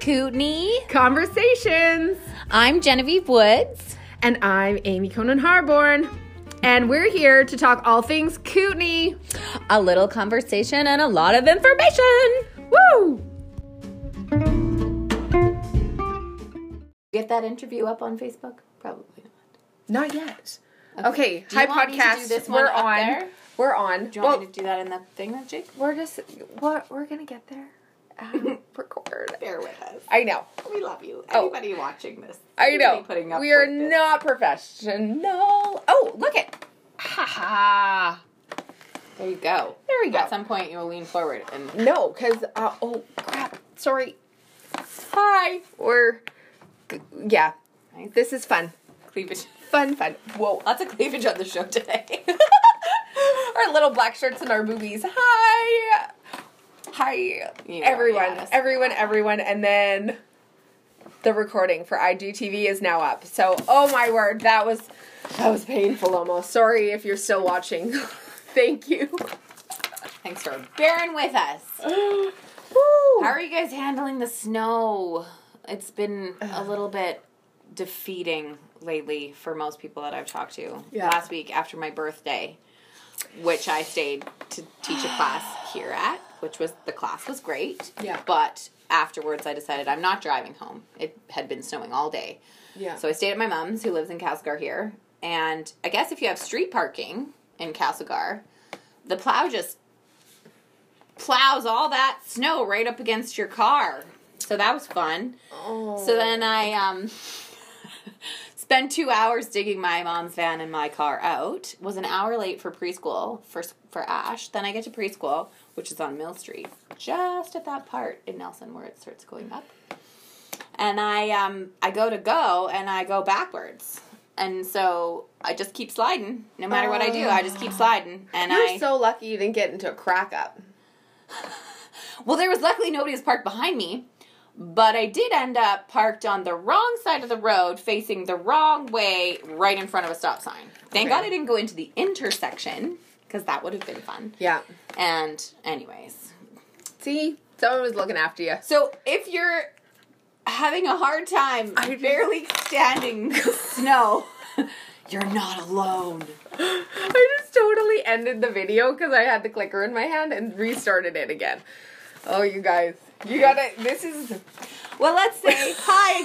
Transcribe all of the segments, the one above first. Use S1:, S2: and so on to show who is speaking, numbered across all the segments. S1: Kootenai.
S2: Conversations.
S1: I'm Genevieve Woods.
S2: And I'm Amy Conan Harborn. And we're here to talk all things Kootenai.
S1: A little conversation and a lot of information.
S2: Woo!
S1: Get that interview up on Facebook? Probably
S2: Not
S1: not.
S2: yet. Okay,
S1: Do
S2: hi
S1: you want me to do
S2: podcast.
S1: this
S2: we're
S1: one up
S2: on.
S1: there?
S2: We're on.
S1: Do you want
S2: Well,
S1: me to do that in the thing that Jake?
S2: we're just what we're gonna get there. Um, record.
S1: Bear with us.
S2: I know.
S1: We love you. Everybody watching this.
S2: I know.
S1: Everybody putting up
S2: we are
S1: with this.
S2: not professional. Oh, look it.
S1: Ha ha. There you go.
S2: There we go.
S1: At some point, you'll lean forward and
S2: No, because uh, oh crap, sorry. Hi, or yeah,
S1: Nice.
S2: this is fun,
S1: cleavage.
S2: fun, fun. Whoa,
S1: Lots of cleavage on the show today.
S2: our little black shirts and our boobies. Hi, hi,
S1: You are,
S2: everyone,
S1: yes.
S2: everyone, everyone, and then the recording for I Do TV is now up. So, oh my word, that was that was painful almost. Sorry if you're still watching. Thank you.
S1: Thanks for bearing with us.
S2: Woo.
S1: How are you guys handling the snow? It's been a little bit defeating lately for most people that I've talked to.
S2: Yeah.
S1: Last week after my birthday, which I stayed to teach a class here at, which was the class was great.
S2: Yeah.
S1: But afterwards I decided I'm not driving home. It had been snowing all day.
S2: Yeah.
S1: So I stayed at my mom's, who lives in Castlegar here. And I guess if you have street parking in Castlegar, the plow just plows all that snow right up against your car. So that was fun.
S2: oh.
S1: So then I um, spent two hours digging my mom's van and my car out. Was an hour late for preschool for for Ash. Then I get to preschool, which is on Mill Street, just at that part in Nelson where it starts going up. And I um, I go to go and I go backwards. And so I just keep sliding. No matter what I do, I just keep sliding. And
S2: Ah. You're
S1: I
S2: so lucky you didn't get into a crack up.
S1: Well, there was luckily nobody was parked behind me, but I did end up parked on the wrong side of the road, facing the wrong way, right in front of a stop sign. Thank
S2: Okay.
S1: God I didn't go into the intersection because that would have been fun.
S2: Yeah.
S1: And, anyways,
S2: See, someone was looking after you.
S1: so if you're having a hard time
S2: I-
S1: barely standing in the snow, you're not alone.
S2: I just totally ended the video because I had the clicker in my hand and restarted it again. Oh, you guys, you gotta. This is
S1: Well, let's say hi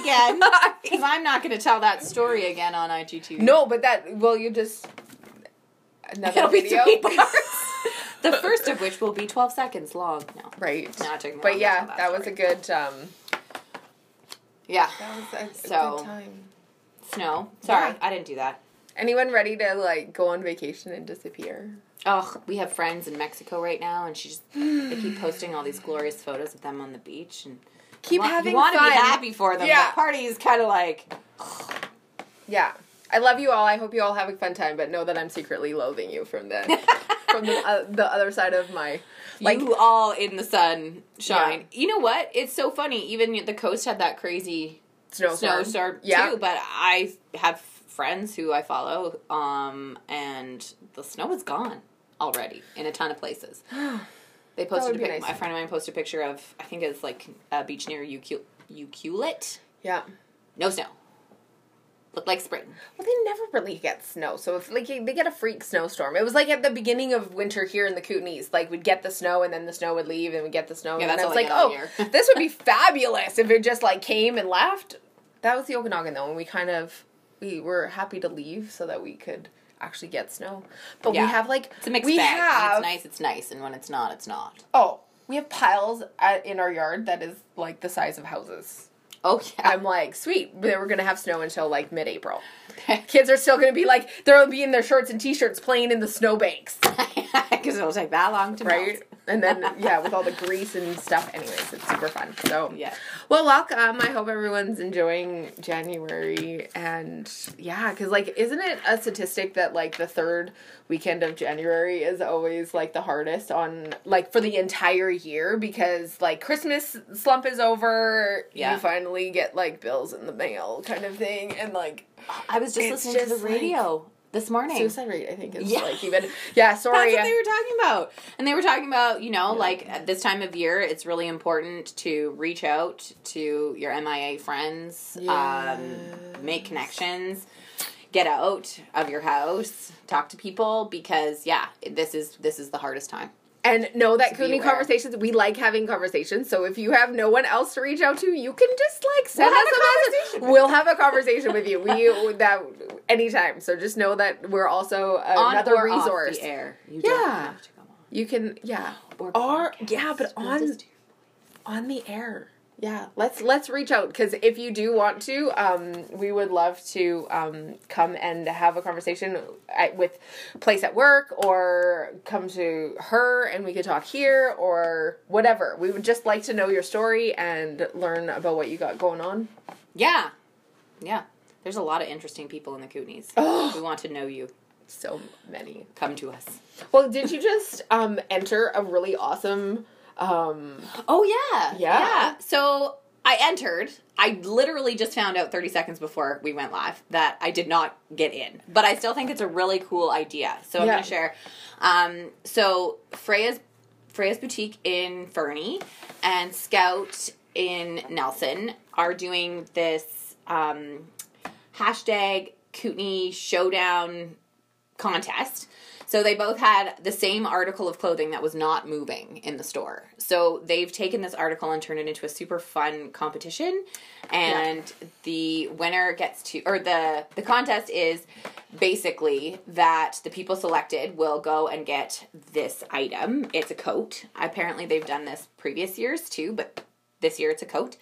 S1: again because I'm not going to tell that story again on IGTV.
S2: no, but that. Well, you just another
S1: It'll be
S2: video,
S1: three parts. the first of which will be 12 seconds long. No.
S2: right?
S1: No, it took me
S2: but
S1: longer to
S2: yeah,
S1: tell
S2: that,
S1: that
S2: was a
S1: story.
S2: good. um
S1: Yeah.
S2: That was a, a
S1: So-
S2: good time.
S1: Snow. Sorry,
S2: Yeah.
S1: I didn't do that.
S2: Anyone ready to like go on vacation and disappear?
S1: Ugh, we have friends in Mexico right now, and she just they keep posting all these glorious photos of them on the beach, and
S2: Keep
S1: wa-
S2: having
S1: you want to
S2: fun.
S1: be happy for them.
S2: Yeah.
S1: but party is kind of like
S2: Yeah. I love you all. I hope you all have a fun time, but know that I'm secretly loathing you from the from the, uh, the other side of my like
S1: you all in the sun shine. You know what? It's so funny. Even the coast had that crazy
S2: snowstorm.
S1: snowstorm
S2: Yeah.
S1: too. But I have friends who I follow, um, and the snow is gone already in a ton of places. They
S2: would
S1: posted a
S2: be
S1: pic-
S2: nice.
S1: my friend of mine posted a picture of I think it's like a beach near Ucu- Uculit.
S2: Yeah.
S1: No snow. Looked like spring.
S2: Well, they never really get snow. So if like they get a freak snowstorm, it was like at the beginning of winter here in the Kootenays. Like we'd get the snow and then the snow would leave and we'd get the snow.
S1: Yeah,
S2: and
S1: that's
S2: then
S1: all
S2: I was
S1: they
S2: like,
S1: get
S2: oh,
S1: all year.
S2: this would be fabulous if it just like came and left. That was the Okanagan though, and we kind of we were happy to leave so that we could actually get snow. But
S1: Yeah.
S2: we have like
S1: It's a mixed
S2: we
S1: bag.
S2: Have,
S1: When it's nice, it's nice, and when it's not, it's not.
S2: Oh, we have piles at, in our yard that is like the size of houses.
S1: Oh yeah.
S2: I'm like, sweet, they were gonna have snow until like mid-April. Kids are still gonna be like, they'll be in their shorts and t-shirts playing in the snowbanks,
S1: Because it'll take that long to
S2: right?
S1: melt.
S2: And then yeah, with all the grease and stuff. Anyways, it's super fun. So
S1: Yeah.
S2: well, welcome. I hope everyone's enjoying January and yeah, because like, isn't it a statistic that like the third weekend of January is always like the hardest on like for the entire year because like Christmas slump is over,
S1: Yeah.
S2: you finally get like bills in the mail kind of thing, and like
S1: I was just
S2: It's
S1: listening to
S2: just
S1: the
S2: like-
S1: radio this morning.
S2: Suicide rate, I think, is
S1: Yeah.
S2: like even. Yeah, sorry.
S1: That's what they were talking about. And they were talking about, you know, like at this time of year, it's really important to reach out to your MIA friends, um, make connections, get out of your house, talk to people because yeah, this is this is the hardest time.
S2: And know that Cooney
S1: beware.
S2: conversations, we like having conversations. So if you have no one else to reach out to, you can just like send
S1: We'll have
S2: us
S1: a
S2: a, message. We'll have a conversation with you. We that anytime. So just know that we're also another
S1: or off
S2: resource.
S1: the air. You
S2: Yeah.
S1: don't have to come on.
S2: You can yeah.
S1: Or
S2: Or
S1: podcast.
S2: yeah, but
S1: We'll
S2: on
S1: just do-
S2: on the air. Yeah, let's let's reach out because if you do want to, um, we would love to um, come and have a conversation at, with place at work or come to her and we could talk here or whatever. We would just like to know your story and learn about what you got going on.
S1: Yeah. Yeah. There's a lot of interesting people in the Kootenays. We want to know you.
S2: So many.
S1: Come to us.
S2: Well, did you just um, enter a really awesome? Um,
S1: Oh yeah.
S2: Yeah.
S1: So I entered. I literally just found out 30 seconds before we went live that I did not get in. But I still think it's a really cool idea. So I'm
S2: Yeah.
S1: going to share. Um, so Freya's Freya's Boutique in Fernie and Scout in Nelson are doing this um, hashtag Kootenai Showdown contest. So they both had the same article of clothing that was not moving in the store. So they've taken this article and turned it into a super fun competition and the winner gets to or the the contest is basically that the people selected will go and get this item. It's a coat. Apparently they've done this previous years too, but this year it's a coat.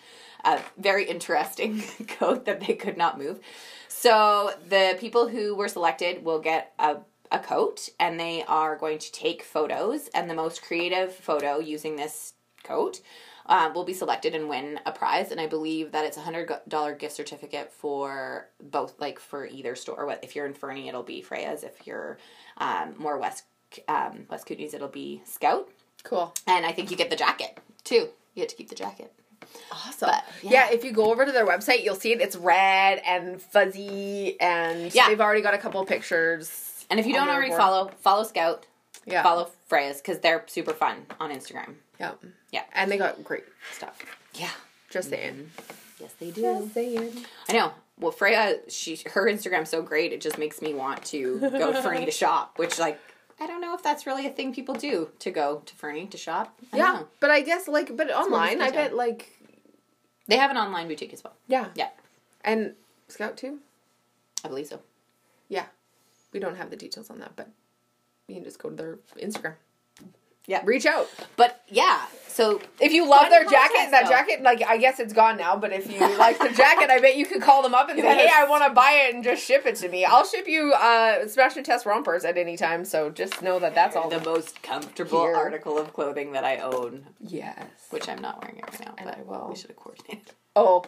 S1: A very interesting coat that they could not move. So the people who were selected will get a a coat and they are going to take photos and the most creative photo using this coat uh, will be selected and win a prize and i believe that it's a hundred dollar gift certificate for both like for either store What- if you're in fernie it'll be freya's if you're um, more west um, west kootenays it'll be scout
S2: cool.
S1: and i think you get the jacket too you get to keep the jacket
S2: Awesome.
S1: But,
S2: yeah.
S1: yeah.
S2: if you go over to their website, you'll see it. It's red and fuzzy, and
S1: Yeah.
S2: they've already got a couple pictures.
S1: and if you
S2: On
S1: don't
S2: their
S1: already
S2: board.
S1: follow follow scout
S2: Yeah.
S1: follow freya's because they're super fun on instagram
S2: Yeah.
S1: Yeah.
S2: And they got great stuff.
S1: yeah
S2: Just saying.
S1: yes they do
S2: Just saying.
S1: I know. Well, Freya, she her Instagram's so great, it just makes me want to go to Fernie to shop, which like I don't know if that's really a thing people do to go to Fernie to shop. I don't
S2: Yeah.
S1: know.
S2: But I guess like, but online,
S1: what
S2: I
S1: it's
S2: bet like,
S1: they have an online boutique as well.
S2: yeah.
S1: Yeah,
S2: And Scout too.
S1: I believe so.
S2: Yeah. We don't have the details on that, but you can just go to their Instagram.
S1: Yeah.
S2: Reach out.
S1: But yeah, so
S2: If you love
S1: Fun
S2: their
S1: contest,
S2: jacket, that
S1: though.
S2: jacket, like I guess it's gone now. But if you like the jacket, I bet you could call them up and say,
S1: better
S2: "Hey, I want to buy it and just ship it to me. I'll ship you uh, Smash and Test rompers at any time." So just know that that's all.
S1: the most comfortable
S2: Here.
S1: article of clothing that I own,
S2: yes.
S1: which I'm not wearing it right now,
S2: And
S1: but
S2: I will.
S1: we should have coordinated.
S2: Oh,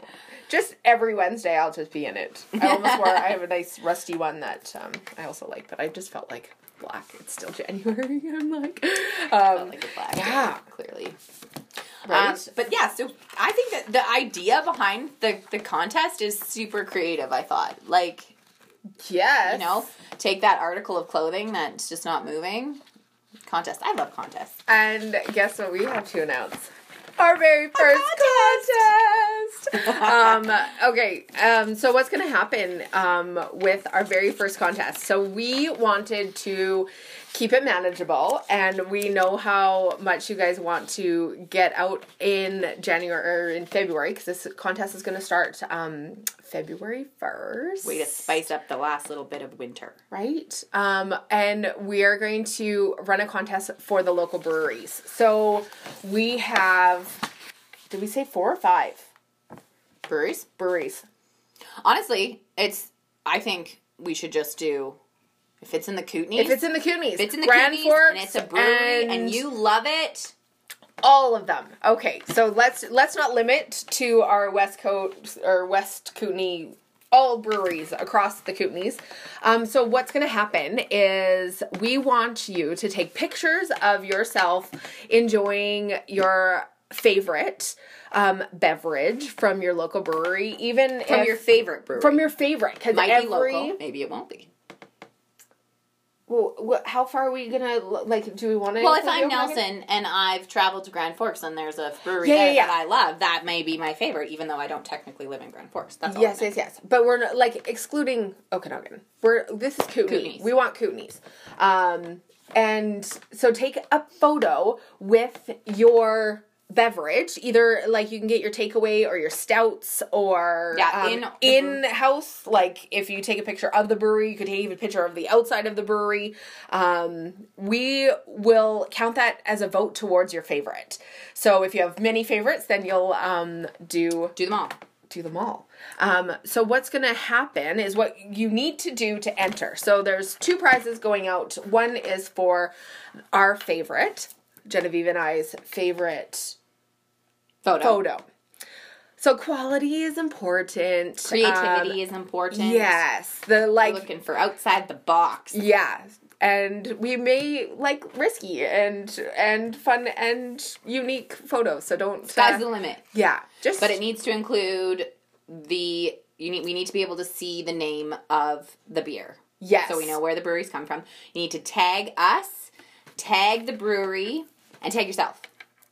S2: just every Wednesday I'll just be in it. I almost wore. I have a nice rusty one that um, I also like, but I just felt like black. It's still January. I'm like,
S1: Felt
S2: um,
S1: like a black.
S2: yeah.
S1: clearly. Um,
S2: right?
S1: but yeah, so I think that the idea behind the the contest is super creative. I thought like
S2: yes.
S1: you know, take that article of clothing that's just not moving. Contest. I love contests.
S2: And guess what we have to announce? Our very first contest. um, okay, um, so what's going to happen um, with our very first contest? So we wanted to keep it manageable, and we know how much you guys want to get out in January or in February because this contest is going to start um, February first
S1: Way to spice up the last little bit of winter.
S2: right? Um, and we are going to run a contest for the local breweries. So we have, did we say four or five
S1: Breweries?
S2: breweries?
S1: Honestly, it's I think we should just do if it's in the Kootenays.
S2: If it's in the Coonies,
S1: if it's in the
S2: Grand
S1: Kootenays
S2: Forks,
S1: and it's a brewery and, you love it.
S2: all of them. Okay, so let's let's not limit to our West Coast or West Kootenai all breweries across the Kootenays. Um, so what's going to happen is we want you to take pictures of yourself enjoying your favorite um, beverage from your local brewery, even
S1: From
S2: if,
S1: your favorite brewery.
S2: from your favorite because
S1: might
S2: every
S1: be local, maybe it won't be.
S2: Well, what, how far are we gonna like? Do we want to?
S1: Well, if I'm Nelson and I've traveled to Grand Forks and there's a brewery
S2: Yeah, yeah,
S1: there
S2: yeah.
S1: that I love, that may be my favorite, even though I don't technically live in Grand Forks. That's all.
S2: Yes,
S1: I meant.
S2: yes, yes. But we're not, like excluding Okanagan. We're this is Kootenai.
S1: Kootenays.
S2: We want Kootenays. Um, and so take a photo with your beverage. Either like you can get your takeaway or your stouts or
S1: Yeah, in
S2: um,
S1: the
S2: in house. Like if you take a picture of the brewery, you could take a picture of the outside of the brewery. Um, we will count that as a vote towards your favorite. So if you have many favorites, then you'll um, do
S1: Do them all.
S2: do them all. Um, so what's going to happen is what you need to do to enter. So there's two prizes going out. One is for our favorite, Genevieve and I's favorite
S1: Photo.
S2: photo. So quality is important. Um,
S1: Creativity is important.
S2: yes, the like.
S1: Looking for outside the box.
S2: Yeah, and we may like risky and and fun and unique photos. So don't.
S1: Sky's
S2: uh,
S1: the limit.
S2: yeah, just
S1: But it needs to include the you need we need to be able to see the name of the beer.
S2: yes.
S1: So we know where the breweries come from. You need to tag us, tag the brewery, and tag yourself.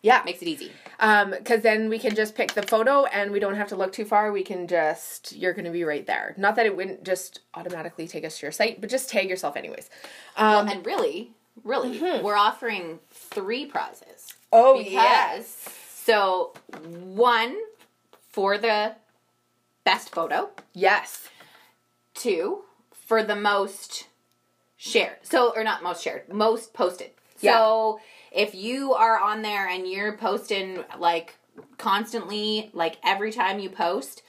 S2: Yeah.
S1: Makes it easy.
S2: Um, cause then we can just pick the photo and we don't have to look too far. We can just, you're going to be right there. Not that it wouldn't just automatically take us to your site, but just tag yourself anyways. Um,
S1: And really, really,
S2: Mm-hmm.
S1: we're offering three prizes.
S2: oh
S1: because so one for the best photo,
S2: Yes.
S1: two for the most shared. So or not most shared, most posted.
S2: Yeah.
S1: So if you are on there and you're posting like constantly, like every time you post,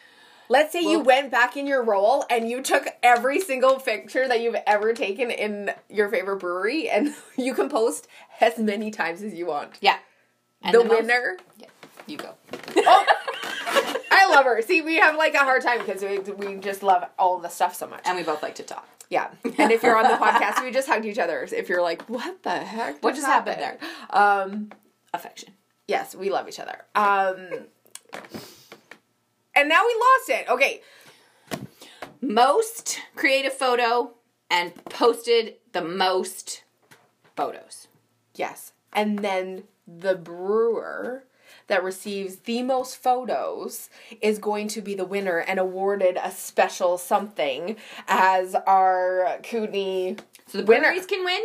S2: Let's say you went back in your role and you took every single picture that you've ever taken in your favorite brewery and you can post as many times as you want.
S1: yeah. And
S2: the,
S1: most-
S2: winner.
S1: yeah, you go.
S2: Oh, I love her. See, we have like a hard time because we, we just love all the stuff so much.
S1: And we both like to talk.
S2: Yeah. And if you're on the podcast, we just hugged each other. If you're like, what the heck?
S1: What just happened
S2: there? Um,
S1: Affection.
S2: yes, we love each other. Um, and now we lost it. Okay.
S1: most creative photo and posted the most photos.
S2: Yes. And then the brewer that receives the most photos is going to be the winner and awarded a special something as our Kootenai.
S1: So the
S2: Winner.
S1: breweries can win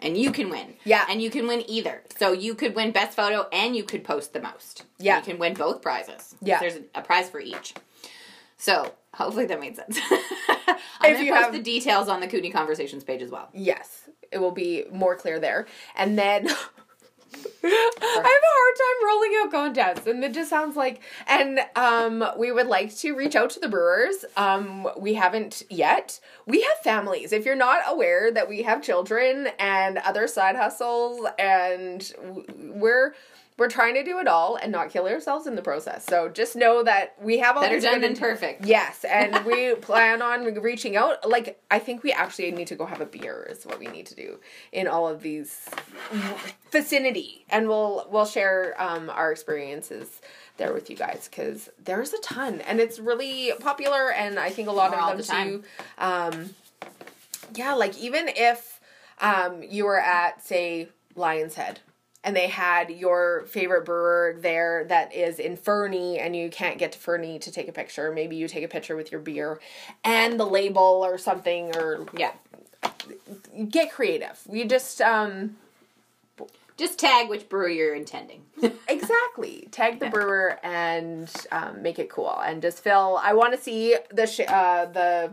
S1: and you can win.
S2: Yeah.
S1: And you can win either. So you could win best photo and you could post the most.
S2: Yeah.
S1: You can win both prizes.
S2: Yeah.
S1: There's a prize for each. So hopefully that made sense.
S2: If
S1: I'm going
S2: you
S1: to post
S2: have-
S1: the details on the Kootenai Conversations page as well.
S2: Yes, it will be more clear there. And then I have a hard time rolling out contests, and it just sounds like. And um, we would like to reach out to the brewers. Um, we haven't yet. We have families. If you're not aware that we have children and other side hustles, and w- we're we're trying to do it all and not kill ourselves in the process. So just know that we have all
S1: Better
S2: these
S1: done
S2: good
S1: than
S2: inten-
S1: perfect.
S2: Yes, and we plan on reaching out. Like, I think we actually need to go have a beer. Is what we need to do in all of these vicinity, and we'll we'll share um, our experiences there with you guys because there's a ton, and it's really popular, and I think a lot
S1: More all
S2: of
S1: the
S2: them too. Um, yeah, like even if um, you were at say Lion's Head and they had your favorite brewer there that is in Fernie and you can't get to Fernie to take a picture. Maybe you take a picture with your beer and the label or something or
S1: Yeah.
S2: get creative. You just um
S1: Just tag which brewery you're intending.
S2: exactly tag the brewer and um, make it cool and just fill I want to see the sh- uh the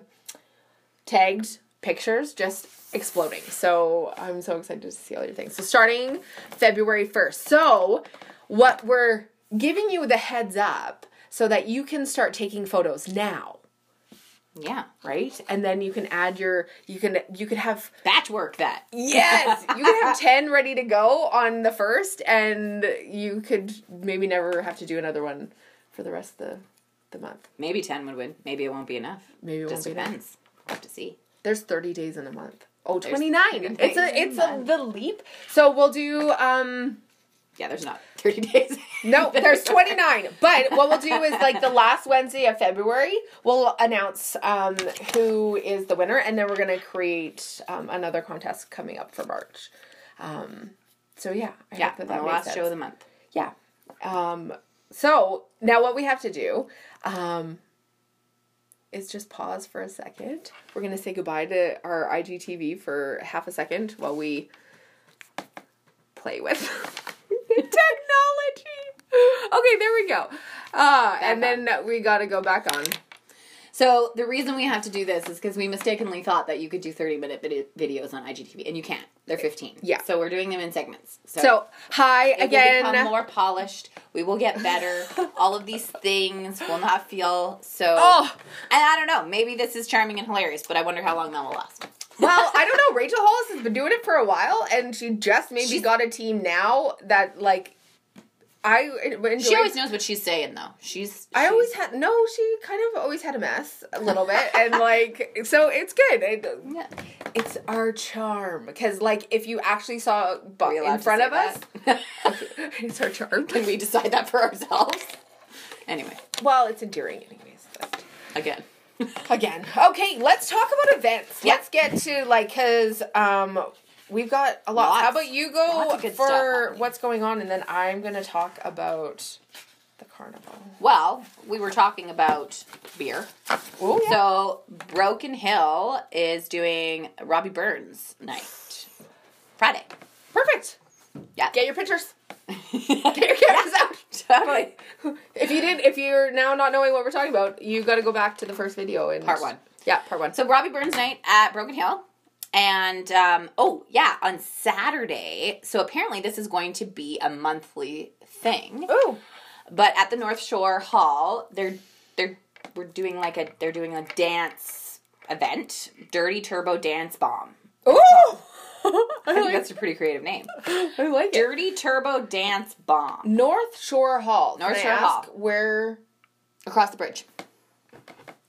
S2: tagged pictures just exploding. So I'm so excited to see all your things. So starting February 1st. So what we're giving you the heads up so that you can start taking photos now,
S1: yeah.
S2: right? And then you can add your you can you could have
S1: Batch work that.
S2: Yes, you could have ten ready to go on the first, and you could maybe never have to do another one for the rest of the the month.
S1: Maybe 10 would win. Maybe it won't be enough.
S2: Maybe it won't
S1: Just
S2: be enough.
S1: depends. We'll have to see.
S2: There's thirty days in a month. Oh, 29.
S1: 30
S2: It's
S1: days in
S2: a
S1: a
S2: it's a
S1: month.
S2: the leap. So we'll do um
S1: yeah, there's not 30 days.
S3: No, there's 29. But what we'll do is like the last Wednesday of February, we'll announce um, who is the winner, and then we're gonna create um, another contest coming up for March. Um, so yeah, I
S1: yeah,
S3: hope
S1: the
S3: that that makes
S1: last show
S3: sense.
S1: of the month.
S3: Yeah. Um, so now what we have to do um, is just pause for a second.
S2: We're gonna say goodbye to our IGTV for half a second while we
S3: Play with.
S2: technology. Okay, there we go. Uh, and
S1: on.
S2: then we gotta go back on.
S1: So the reason we have to do this is because we mistakenly thought that you could do 30 minute vid- videos on IGTV, and you can't. They're 15.
S2: Yeah.
S1: So we're doing them in segments. So,
S2: So
S3: Hi
S1: it will become
S3: again.
S1: more polished. We will get better. All of these things will not feel so.
S2: Oh.
S1: And I don't know. Maybe this is charming and hilarious, but I wonder how long that will last.
S2: well, I don't know. Rachel Hollis has been doing it for a while, and she just maybe
S3: She's-
S2: got a team now that like I enjoyed.
S1: She always knows what she's saying, though. She's.
S2: I
S1: she's-
S2: always had no. She kind of always had a mess a little bit, and like so, it's good. It-
S1: Yeah.
S2: it's our charm because like if you actually saw
S1: Are
S2: bu-
S1: we allowed
S2: in
S1: to
S2: front
S1: say
S2: of us,
S1: that?
S2: it's our charm.
S1: Can we decide that for ourselves? Anyway,
S2: Well, it's endearing, anyways. but-
S1: again.
S3: Again.
S2: Okay, let's talk about events.
S1: Yeah.
S2: Let's get to like because um we've got a lot.
S1: Lots.
S2: How about you go
S1: Lots of good stuff
S2: for
S1: happening.
S2: what's going on, and then I'm gonna talk about the carnival.
S1: Well, we were talking about beer.
S2: Oh
S1: So Broken Hill is doing Robbie Burns night. Friday.
S2: perfect.
S1: Yeah.
S2: Get your pictures.
S1: Get
S2: Get your cameras out.
S1: Totally.
S2: If you did, if you're now not knowing what we're talking about, you got to go back to the first video and
S1: Part one.
S2: Yeah, part one.
S1: So Robbie Burns night at Broken Hill. And um, oh yeah, on Saturday. So apparently this is going to be a monthly thing.
S2: Ooh,
S1: But at the North Shore Hall, they're they're we're doing like a they're doing a dance event, Dirty Turbo Dance Bomb.
S2: ooh.
S1: I
S2: I
S1: think
S2: like,
S1: that's a pretty creative name.
S2: I like it.
S1: Dirty Turbo Dance Bomb
S2: North Shore Hall. Can
S1: North
S2: I
S1: Shore
S2: ask
S1: Hall.
S2: Where?
S1: across the bridge,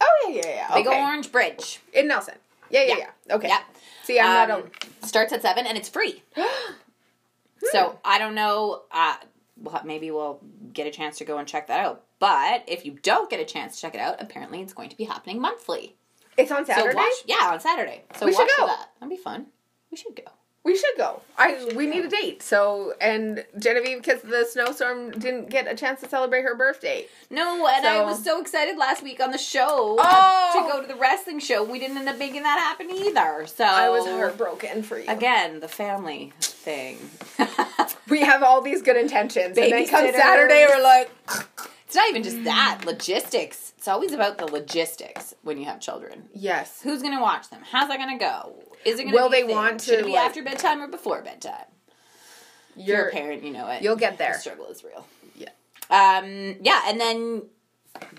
S2: Oh yeah, yeah, yeah.
S1: big
S2: okay.
S1: orange bridge.
S2: in Nelson. Yeah, yeah, yeah.
S1: Yeah.
S2: Okay.
S1: Yeah.
S2: See, I'm not
S1: Um,
S2: a
S1: starts at seven and it's free. so I don't know. Uh, well, maybe we'll get a chance to go and check that out. But if you don't get a chance to check it out, apparently it's going to be happening monthly.
S2: It's on Saturday.
S1: So watch, yeah, on Saturday. So
S2: We should
S1: watch
S2: go.
S1: for that. That'd be fun. We should go.
S2: we should go. I we need a date. So and Genevieve, because the snowstorm didn't get a chance to celebrate her birthday.
S1: No, and I
S2: So-
S1: was so excited last week on the show
S2: Oh!
S1: to go to the wrestling show. We didn't end up making that happen either. So
S2: I was heartbroken for you.
S1: Oh. Again, the family thing.
S2: We have all these good intentions, and then come
S1: Babysitters.
S2: Saturday, we're like,
S1: It's not even just
S2: Mm.
S1: that. Logistics. It's always about the logistics when you have children.
S2: yes.
S1: Who's going to watch them? How's that going to go? Is it going
S2: Will
S1: be a
S2: they
S1: thing?
S2: want
S1: Should
S2: to,
S1: it be
S2: like-
S1: after bedtime or before bedtime? If you're
S2: You're
S1: a parent, you know it.
S2: you'll get there.
S1: The struggle is real.
S2: Yeah.
S1: Um, yeah, and then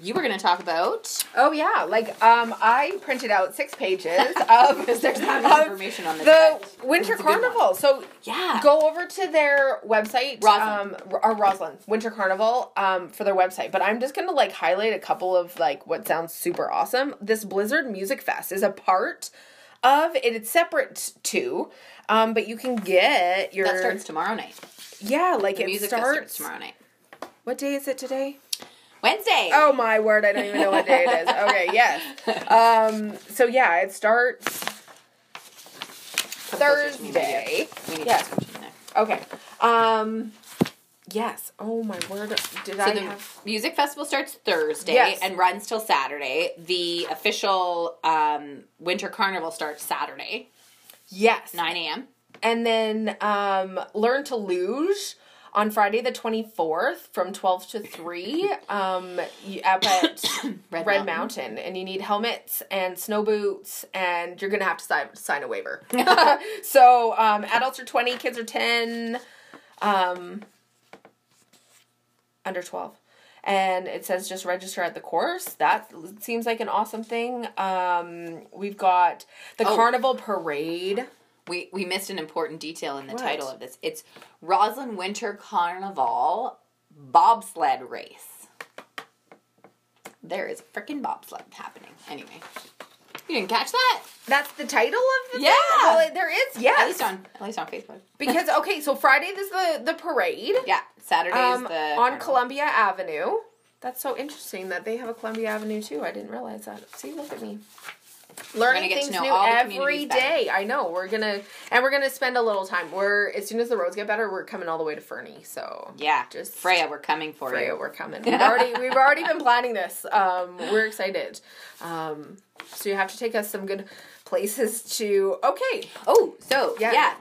S1: you were going to talk about.
S2: Oh yeah, like um, I printed out six pages of
S1: There's not
S2: of
S1: much information on this.
S2: the
S1: but-
S2: Winter
S1: It's a good one.
S2: Carnival. So
S1: Yeah.
S2: go over to their website
S1: Roslyn.
S2: um or Roslyn Winter Carnival um for their website but I'm just going to like highlight a couple of like what sounds super awesome this Blizzard Music Fest is a part of it it's separate too um but you can get your
S1: That starts tomorrow night.
S2: yeah like
S1: The
S2: it
S1: music
S2: starts,
S1: starts, starts tomorrow night.
S2: what day is it today
S1: Wednesday.
S2: Oh my word, I don't even know what day it is. Okay, yes. Um so yeah, it starts
S1: Come closer to me, my dear.
S2: Thursday.
S1: We need
S2: Yeah.
S1: to switch in there.
S2: Okay. Um yes. Oh my word. Did I
S1: So the
S2: have
S1: music festival starts Thursday
S2: Yes.
S1: and runs till Saturday. The official um, winter carnival starts Saturday,
S2: Yes.
S1: nine a.m.
S2: And then um learn to luge on Friday the 24th from 12 to 3 um you- up at Red,
S1: Red
S2: Mountain. and you need helmets and snow boots and you're going to have to sign, sign a waiver. so um adults are 20, kids are 10. um, under 12. And it says just register at the course. That seems like an awesome thing. Um, we've got the
S1: Oh.
S2: Carnival Parade.
S1: We we missed an important detail in the
S2: What?
S1: title of this. It's Roslyn Winter Carnival bobsled race. There is freaking bobsled happening. Anyway, You didn't catch that?
S2: That's the title of the
S1: Yeah.
S2: thing? Well, it- there is,
S1: At
S2: yes.
S1: least on at least on Facebook.
S2: Because, okay, so Friday is the, the parade.
S1: Yeah, Saturday's
S2: Um,
S1: the
S2: on
S1: carnival.
S2: Columbia Avenue. That's so interesting that they have a Columbia Avenue too. I didn't realize that. See, look at me. Learning
S1: get to
S2: things
S1: know
S2: new
S1: all the
S2: every
S1: communities better.
S2: day. I know. We're gonna and we're gonna spend a little time. We're as soon as the roads get better, we're coming all the way to Fernie. So
S1: Yeah,
S2: Just-
S1: Freya, we're coming for
S2: Freya,
S1: you.
S2: we're coming. We've already we've already been planning this. Um, we're excited. Um, so you have to take us some good places to. Okay,
S1: Oh, so
S2: Yeah.
S1: yeah.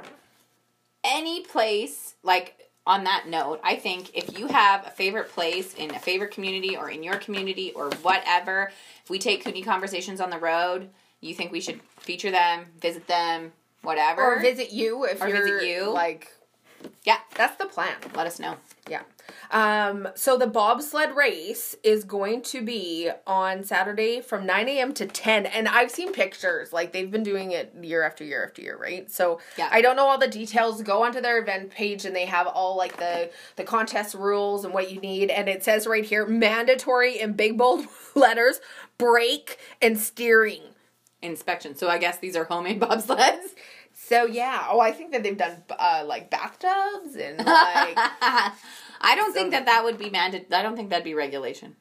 S1: Any place like on that note, I think if you have a favorite place in a favorite community or in your community or whatever, if we take Cooney conversations on the road, you think we should feature them, visit them, whatever.
S2: or visit you if
S1: Or
S2: you're
S1: visit you.
S2: like.
S1: Yeah.
S2: That's the plan.
S1: Let us know.
S2: Yeah. Um, so the bobsled race is going to be on Saturday from 9 a.m. to 10. And I've seen pictures. Like they've been doing it year after year after year, right? So
S1: Yeah.
S2: I don't know all the details. Go onto their event page and they have all like the the contest rules and what you need. And it says right here, mandatory in big bold letters, brake and steering.
S1: Inspection. So I guess these are homemade bobsleds.
S2: So yeah. Oh, I think that they've done uh, like bathtubs and like
S1: I don't think that that would be mandated. I don't think that'd be regulation.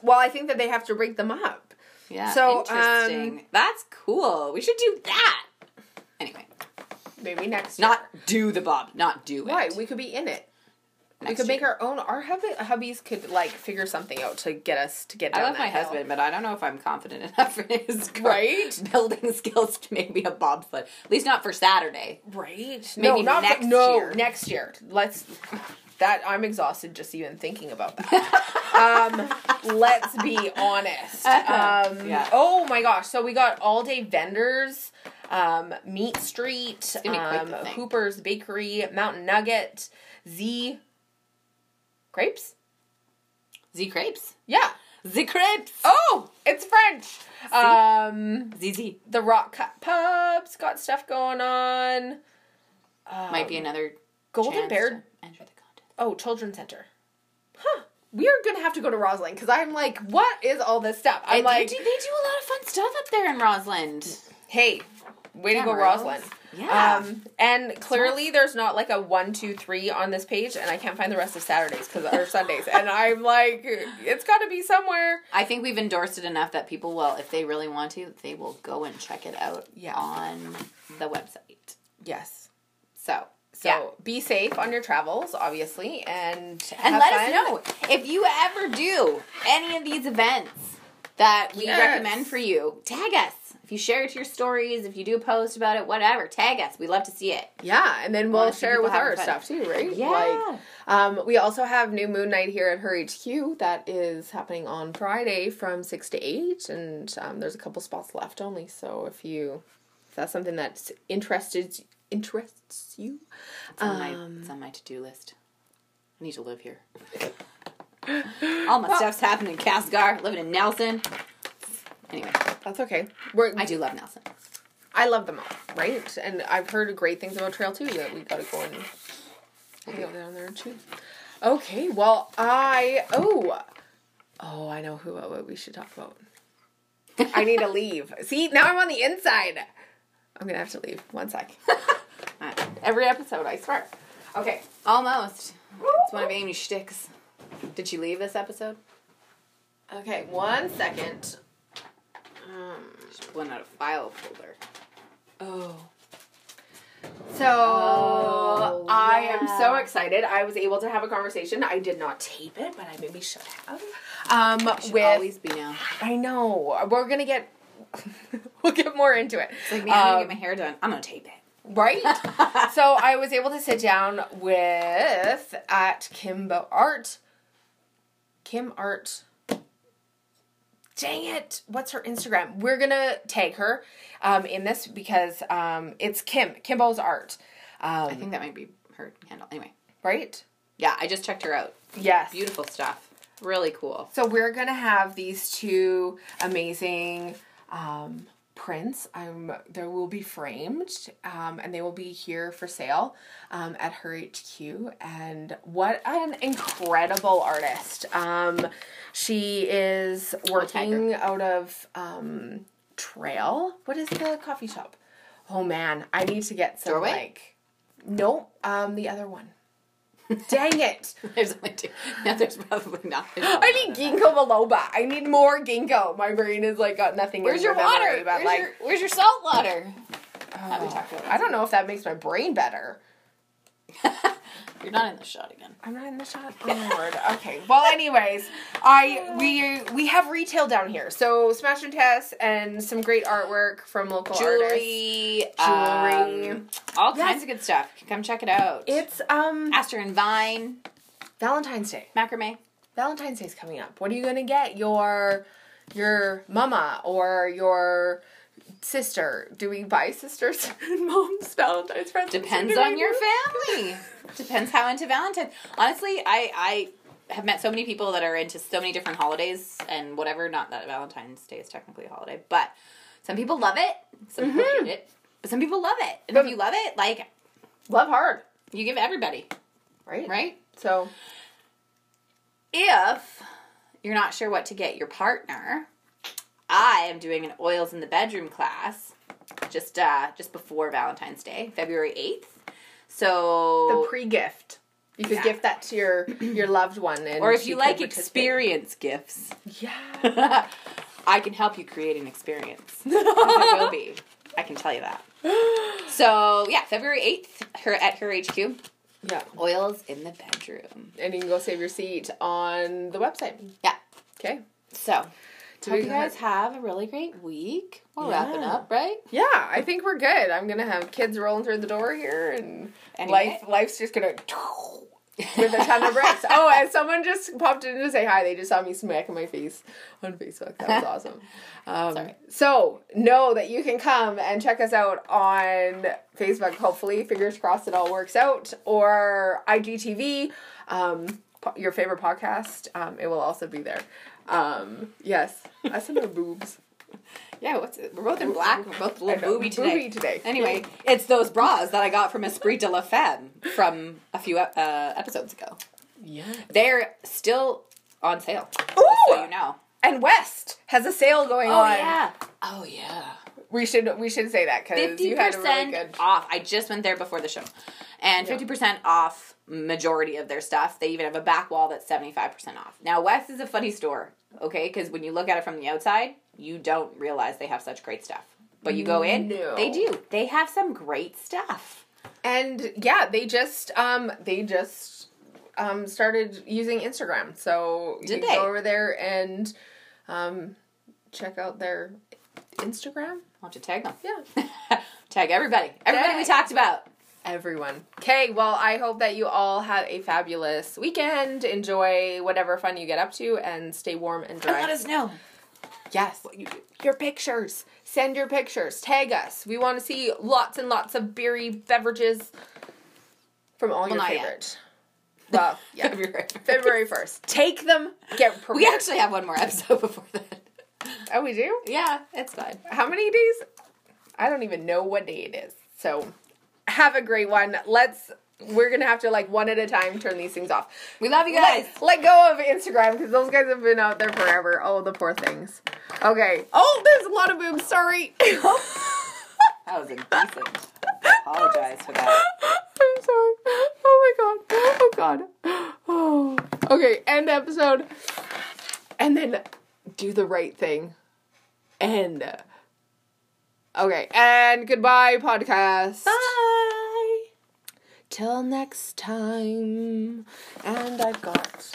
S2: well, I think that they have to break them up.
S1: Yeah.
S2: So, um,
S1: interesting. That's cool. We should do that. Anyway,
S2: Maybe next year.
S1: not do the bob. Not do it.
S2: Why? We could be in it. we
S1: Next
S2: could make
S1: year.
S2: our own. Our hubby, hubbies could like figure something out to get us to get. Down
S1: I love
S2: that
S1: my
S2: hill.
S1: husband, but I don't know if I'm confident enough in his car-
S2: Right?
S1: building skills to make me a bobsled. At least not for Saturday.
S2: right? no,
S1: Maybe
S2: not
S1: next
S2: no,
S1: year.
S2: next year. Let's. That I'm exhausted just even thinking about that. um, let's be honest.
S1: Uh-huh.
S2: Um,
S1: Yeah.
S2: Oh my gosh! So we got all day vendors, um, Meat Street,
S1: gonna be quite
S2: um,
S1: the thing.
S2: Hooper's Bakery, Mountain Nugget, Z. Grapes.
S1: Z crepes.
S2: Yeah.
S1: Z crepes.
S2: Oh, it's French. Um.
S1: ZZ
S2: The Rock Cut Pub's got stuff going on.
S1: might be another
S2: Um, Golden
S1: chance
S2: Bear.
S1: to enter the contest.
S2: Oh, Children's Center. Huh. We are gonna have to go to Roslyn because I'm like, what is all this stuff? I'm
S1: They-
S2: like,
S1: they, do, they do a lot of fun stuff up there in Rosalind.
S2: hey, way
S1: Yeah,
S2: to go,
S1: Rose.
S2: Roslyn.
S1: Yeah.
S2: Um, and clearly, there's not like a one, two, three on this page, and I can't find the rest of Saturdays because or Sundays, and I'm like, it's got to be somewhere.
S1: I think we've endorsed it enough that people will, if they really want to, they will go and check it out
S2: Yeah.
S1: on the website.
S2: Yes.
S1: So,
S2: So
S1: yeah.
S2: be safe on your travels, obviously, and
S1: and
S2: have
S1: let
S2: fun.
S1: us know if you ever do any of these events that we
S2: Yes.
S1: recommend for you. Tag us if you share it to your stories, if you do a post about it, whatever. Tag us. We love to see it.
S2: Yeah, and then
S1: wanna
S2: we'll
S1: see
S2: share
S1: people
S2: with our
S1: having fun.
S2: stuff too, right?
S1: Yeah.
S2: Like, um, we also have New Moon Night here at Her HQ that is happening on Friday from six to eight, and um, there's a couple spots left only. So if you, if that's something that's interested interests you,
S1: It's on
S2: Um,
S1: my it's on my to do list. I need to live here. All my stuff's happening in Casgar, living in Nelson. Anyway,
S2: that's okay. We're,
S1: I
S2: I,
S1: do love Nelson.
S2: love them all, right? And I've heard great things about Trail Two that we gotta go and hang out down there too. Okay, well I oh oh I know who what we should talk about. I need to leave. See, now I'm on the inside. I'm gonna have to leave. One sec. Every episode, I swear. Okay.
S1: Almost. It's one of Amy's shticks. Did she leave this episode?
S2: Okay, one second. Um,
S1: She went out of file folder.
S2: Oh. So
S1: Oh,
S2: I am so excited. I was able to have a conversation. I did not tape it, but I maybe should have. Um,
S1: Should
S2: with
S1: always be now.
S2: I know we're gonna get we'll get more into it.
S1: It's like me, I'm gonna
S2: Um,
S1: get my hair done. I'm gonna tape it.
S2: Right? so I was able to sit down with at Kimbo Art. Kim Art. Dang it. What's her Instagram? We're going to tag her um, in this because um, it's Kim, Kimbo's Art.
S1: I
S2: Um,
S1: think that might be her handle. Anyway.
S2: right?
S1: Yeah, I just checked her out.
S2: Yes.
S1: Beautiful stuff. Really cool.
S2: So we're gonna have these two amazing um, prints. Um, they will be framed, um, and they will be here for sale um, at her HQ. And what an incredible artist! Um, she is
S1: tag her.
S2: working out of um, Trail. What is the coffee shop? Oh man, I need to get some
S1: Doorway?
S2: like. Nope. Um, the other one. Dang it!
S1: There's only two. Yeah, there's probably not. there's
S2: I
S1: probably
S2: need
S1: not.
S2: ginkgo biloba. I need more ginkgo. My brain is like got nothing.
S1: Where's
S2: in
S1: your
S2: the
S1: water?
S2: memory, But
S1: Where's,
S2: like,
S1: your, where's your salt water? That we
S2: oh,
S1: talked about
S2: I don't know if that makes my brain better.
S1: You're not in the shot again.
S2: I'm not in the shot. Oh Lord. Okay. Well, anyways, I we we have retail down here, so smash and test and some great artwork from local artists.
S1: Jewelry,
S2: Jewelry.
S1: um, all
S2: Yes.
S1: kinds of good stuff. Come check it out.
S2: It's um
S1: Aster and Vine,
S2: Valentine's Day.
S1: macrame.
S2: Valentine's Day's coming up. What are you gonna get your your mama or your sister? Do we buy sisters and moms Valentine's presents?
S1: Depends
S2: Do we-
S1: on your family. Depends how into Valentine's. Honestly, I I have met so many people that are into so many different holidays and whatever. Not that Valentine's Day is technically a holiday, but some people love it. Some people hate it, but some people love it. And
S2: Mm-hmm. But-
S1: if you love it, like
S2: love hard,
S1: you give everybody,
S2: right?
S1: right?
S2: So
S1: if you're not sure what to get your partner, I am doing an oils in the bedroom class just uh just before Valentine's Day, February 8th. So
S2: the pre-gift. You could
S1: Yeah.
S2: gift that to your your loved one, and
S1: or if
S2: she
S1: you
S2: could
S1: like
S2: participate.
S1: experience gifts,
S2: yeah.
S1: I can help you create an experience. it will be. I can tell you that. So, yeah, February 8th her at her HQ,
S2: Yeah,
S1: oils in the bedroom.
S2: and you can go save your seat on the website.
S1: Yeah.
S2: Okay.
S1: So,
S2: Do
S1: hope
S2: we
S1: you guys have a really great week. We're wrapping
S2: Yeah.
S1: up, right?
S2: Yeah, I think we're good. I'm gonna have kids rolling through the door here, and
S1: Anyway.
S2: life life's just gonna with a ton of bricks. oh, and someone just popped in to say hi. They just saw me smacking my face on Facebook. That was awesome. Um,
S1: Sorry.
S2: So know that you can come and check us out on Facebook. Hopefully, fingers crossed, it all works out. Or IGTV, um, po- your favorite podcast. Um, it will also be there. Um, yes, us and our boobs.
S1: Yeah, what's it? we're both in black. We're both a
S2: I know,
S1: little booby today.
S2: booby today.
S1: Anyway, it's those bras that I got from Esprit de la Femme from a few uh, episodes ago.
S2: Yeah.
S1: They're still on sale.
S2: Ooh!
S1: So you know.
S2: and West has a sale going on.
S1: Oh yeah.
S2: We should we should say that because
S1: Fifty
S2: you had a really
S1: percent
S2: good.
S1: off. I just went there before the show, and fifty percent off majority of their stuff. They even have a back wall that's seventy five percent off. Now West is a funny store, okay? Because when you look at it from the outside, you don't realize they have such great stuff. But you go in,
S2: No.
S1: they do. They have some great stuff.
S2: And yeah, they just um they just um started using Instagram. So you
S1: Did
S2: can
S1: they?
S2: go over there and um check out their Instagram.
S1: I'll have to tag them.
S2: Yeah.
S1: tag everybody. Everybody we
S2: Tag.
S1: talked about.
S2: Everyone. Okay, well, I hope that you all have a fabulous weekend. Enjoy whatever fun you get up to and stay warm and dry.
S1: know.
S2: Yes. Your pictures. Send your pictures. Tag us. We want to see lots and lots of beery beverages from all your
S1: not yet.
S2: favorite. Well, yeah.
S1: February.
S2: February 1st. Take them. Get prepared.
S1: We actually have one more episode before that.
S2: Oh, we do?
S1: Yeah, it's fine.
S2: How many days? I don't even know what day it is. So, have a great one. Let's we're going to have to like one at a time turn these things off.
S1: We love you guys.
S2: Let, let go of Instagram because those guys have been out there forever. Oh, the poor things. Okay. Oh, there's a lot of boobs. Sorry.
S1: That was indecent. Apologize for that.
S2: I'm sorry. Oh my god. Oh god. Oh. Okay, end episode. And then do the right thing. End. Okay, and goodbye, podcast.
S1: Bye.
S2: Till next time. And I've got.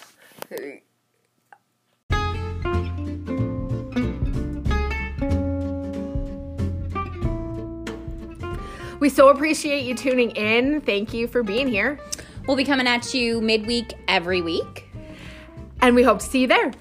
S2: We so appreciate you tuning in. Thank you for being here.
S1: We'll be coming at you midweek every week.
S2: And we hope to see you there.